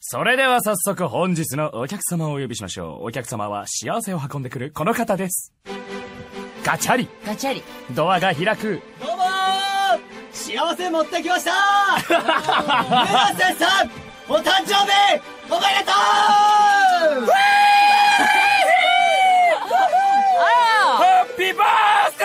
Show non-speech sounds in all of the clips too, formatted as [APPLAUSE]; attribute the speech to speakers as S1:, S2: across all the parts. S1: それでは早速本日のお客様をお呼びしましょう。お客様は幸せを運んでくるこの方です。ガチャリ
S2: ガチャリ。
S1: ドアが開く
S3: どうもー幸せ持ってきましたー村瀬さんお誕生日おめで
S2: あ
S3: とう
S2: ら
S1: ハッピーバースデ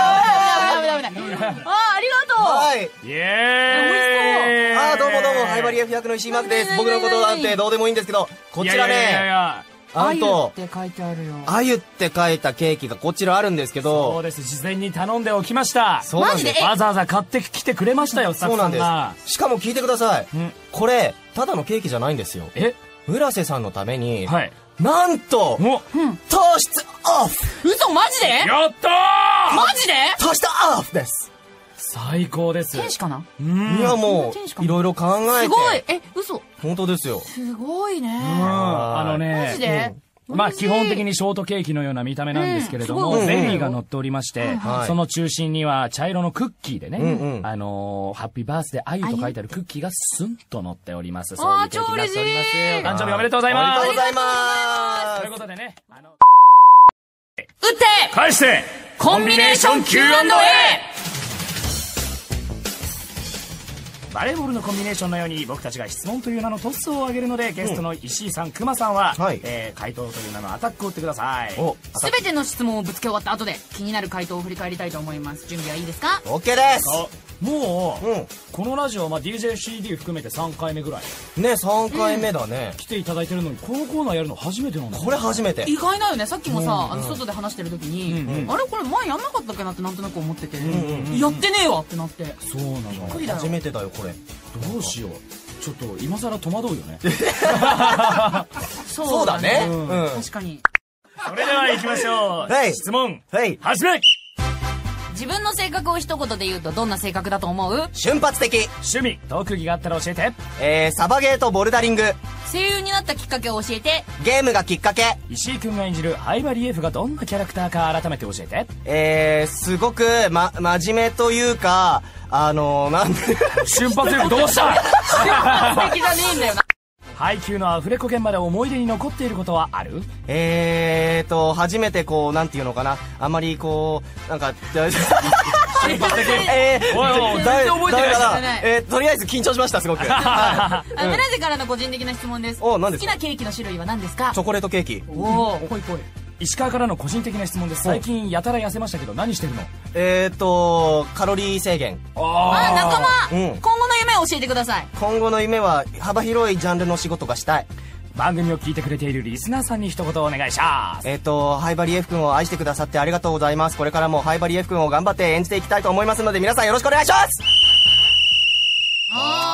S2: あ危ない危ない危ない危ないあ、ありが
S3: はい
S1: ーイエーイ
S3: あーどうもどうもハイバリア不役の石井幕です僕のことなんてどうでもいいんですけどこ
S1: い
S3: ち
S1: や
S3: ら
S1: いやいやい
S3: ね
S1: や
S2: とう
S3: なんと
S2: ゆって書いてあるよ。
S3: 「あゆ」って書いたケーキがこちらあるんですけ
S1: そ
S3: ど
S1: うです、事前に頼んでおきました。
S3: そうなんです
S2: マジでえ
S1: わざわざ買ってきてくれましたよ、スタッ
S3: そう
S1: フ
S3: な
S1: さ
S3: ん
S1: ん
S3: で
S1: が。
S3: すしかも聞いてください
S1: ん
S3: これただのケーキじゃないんですよ
S1: え
S3: 村瀬さんのために
S1: はい。
S3: なん
S1: お
S3: と糖質オフ
S2: 嘘マジで
S1: やったー
S2: マジで
S3: 糖質オフです
S1: 最高です。
S2: 天使かない
S3: や
S2: そん
S3: も
S2: なテンショ
S3: う
S2: ン
S3: いろいろ考えて
S2: すごいえ、嘘
S3: 本当ですよ
S2: すごい
S1: うん
S2: ね。
S1: あのね。
S2: マジで
S1: まあ基本的
S2: に。
S1: にショートケーキのような見た目なんですけれども、
S2: うん
S3: すごい
S1: ゼリーが乗っておりまして、
S3: はい
S1: その中心には茶色のクッキーでね、
S3: うんうん
S1: あのーハッピーバースデーあゆと書いてあるクッキーがスンと乗っております。そうい
S2: あ
S1: う
S2: ー
S1: ケーキになっております。
S2: 超嬉しい
S1: 誕生日おめでとうございま
S3: おめ
S1: す
S3: でとうございま
S1: というこ
S3: す
S1: とでね、あの、
S2: 打って
S1: 返して
S2: コンビネーション Q&A!
S1: バレーボールのコンビネーションのように僕たちが質問という名のトスを上げるのでゲストの石井さん、くまさんは、
S3: はい
S1: えー回答という名のアタックを打ってください
S3: お
S2: すべての質問をぶつけ終わった後で気になる回答を振り返りたいと思います。準備はいいですか
S3: オッケーで
S1: あもう、
S3: うん
S1: このラジオ、まあ、DJCD 含めて3回目ぐらい
S3: すね3回目だね
S1: 来ていただいてるのにこのコーナーやるの初めてなんだ
S3: これ初めて
S2: 意外だよねさっきもさ、あの外で話してる時に、あれこれ前やんなかったっけなってなんとなく思ってて、やってねえわってなってびっ
S1: そうなの
S2: くりだよ
S3: 初めてだよこれ
S1: どうしようちょっと今更戸惑うよね
S2: そ
S3: そうだね
S2: う
S3: うん
S2: 確かに
S1: それでは行きましょう、
S3: はい
S1: 質問
S3: はい
S1: 始め
S2: 自分の性格を一言で言うとどんな性格だと思う
S3: 瞬発的
S1: 趣味特技があったら教えて
S3: えーサバゲーとボルダリング
S2: 声優になったきっかけを教え
S3: [LAUGHS]
S2: て
S3: ゲームがきっかけ
S1: 石井君が演じるハイバリエフがどんなキャラクターか改めて教えて
S3: えーすごくま真面目というかあのーなんで
S1: 瞬発力どうした
S2: 素敵じゃねえんだよな
S1: [LAUGHS] 配給のアフレコ現場で思い出に残っていることはある
S3: えーと初めてこうなんていうのかなあんまりこうなんか
S1: 瞬発的
S3: えー、
S1: おいお
S2: 全然覚え
S1: い
S3: だ
S2: てない
S3: だから
S2: 全然覚えて
S3: えーとりあえず緊張しました、すごく。は
S2: あ村瀬からの個人的な質問です
S3: お何で
S2: 好き
S3: すか
S2: なケーキの種類は何ですか
S3: いチョコレートケーキ。
S2: おおー
S1: ぽいぽい石川からの個人的な質問です最近やたら痩せましたけど何してるの
S3: えーと、カロリー制限。
S1: あ
S2: あ仲間、
S3: うん
S2: 今後の夢を教えてください
S3: 今後の夢は幅広いジャンルの仕事がしたい。
S1: 番組を聞いてくれているリスナーさんに一言お願いします
S3: えーと、ハイバリエフ君を愛してくださってありがとうございます。これからもハイバリエフ君を頑張って演じていきたいと思いますので、皆さんよろしくお願いします
S2: あ
S1: É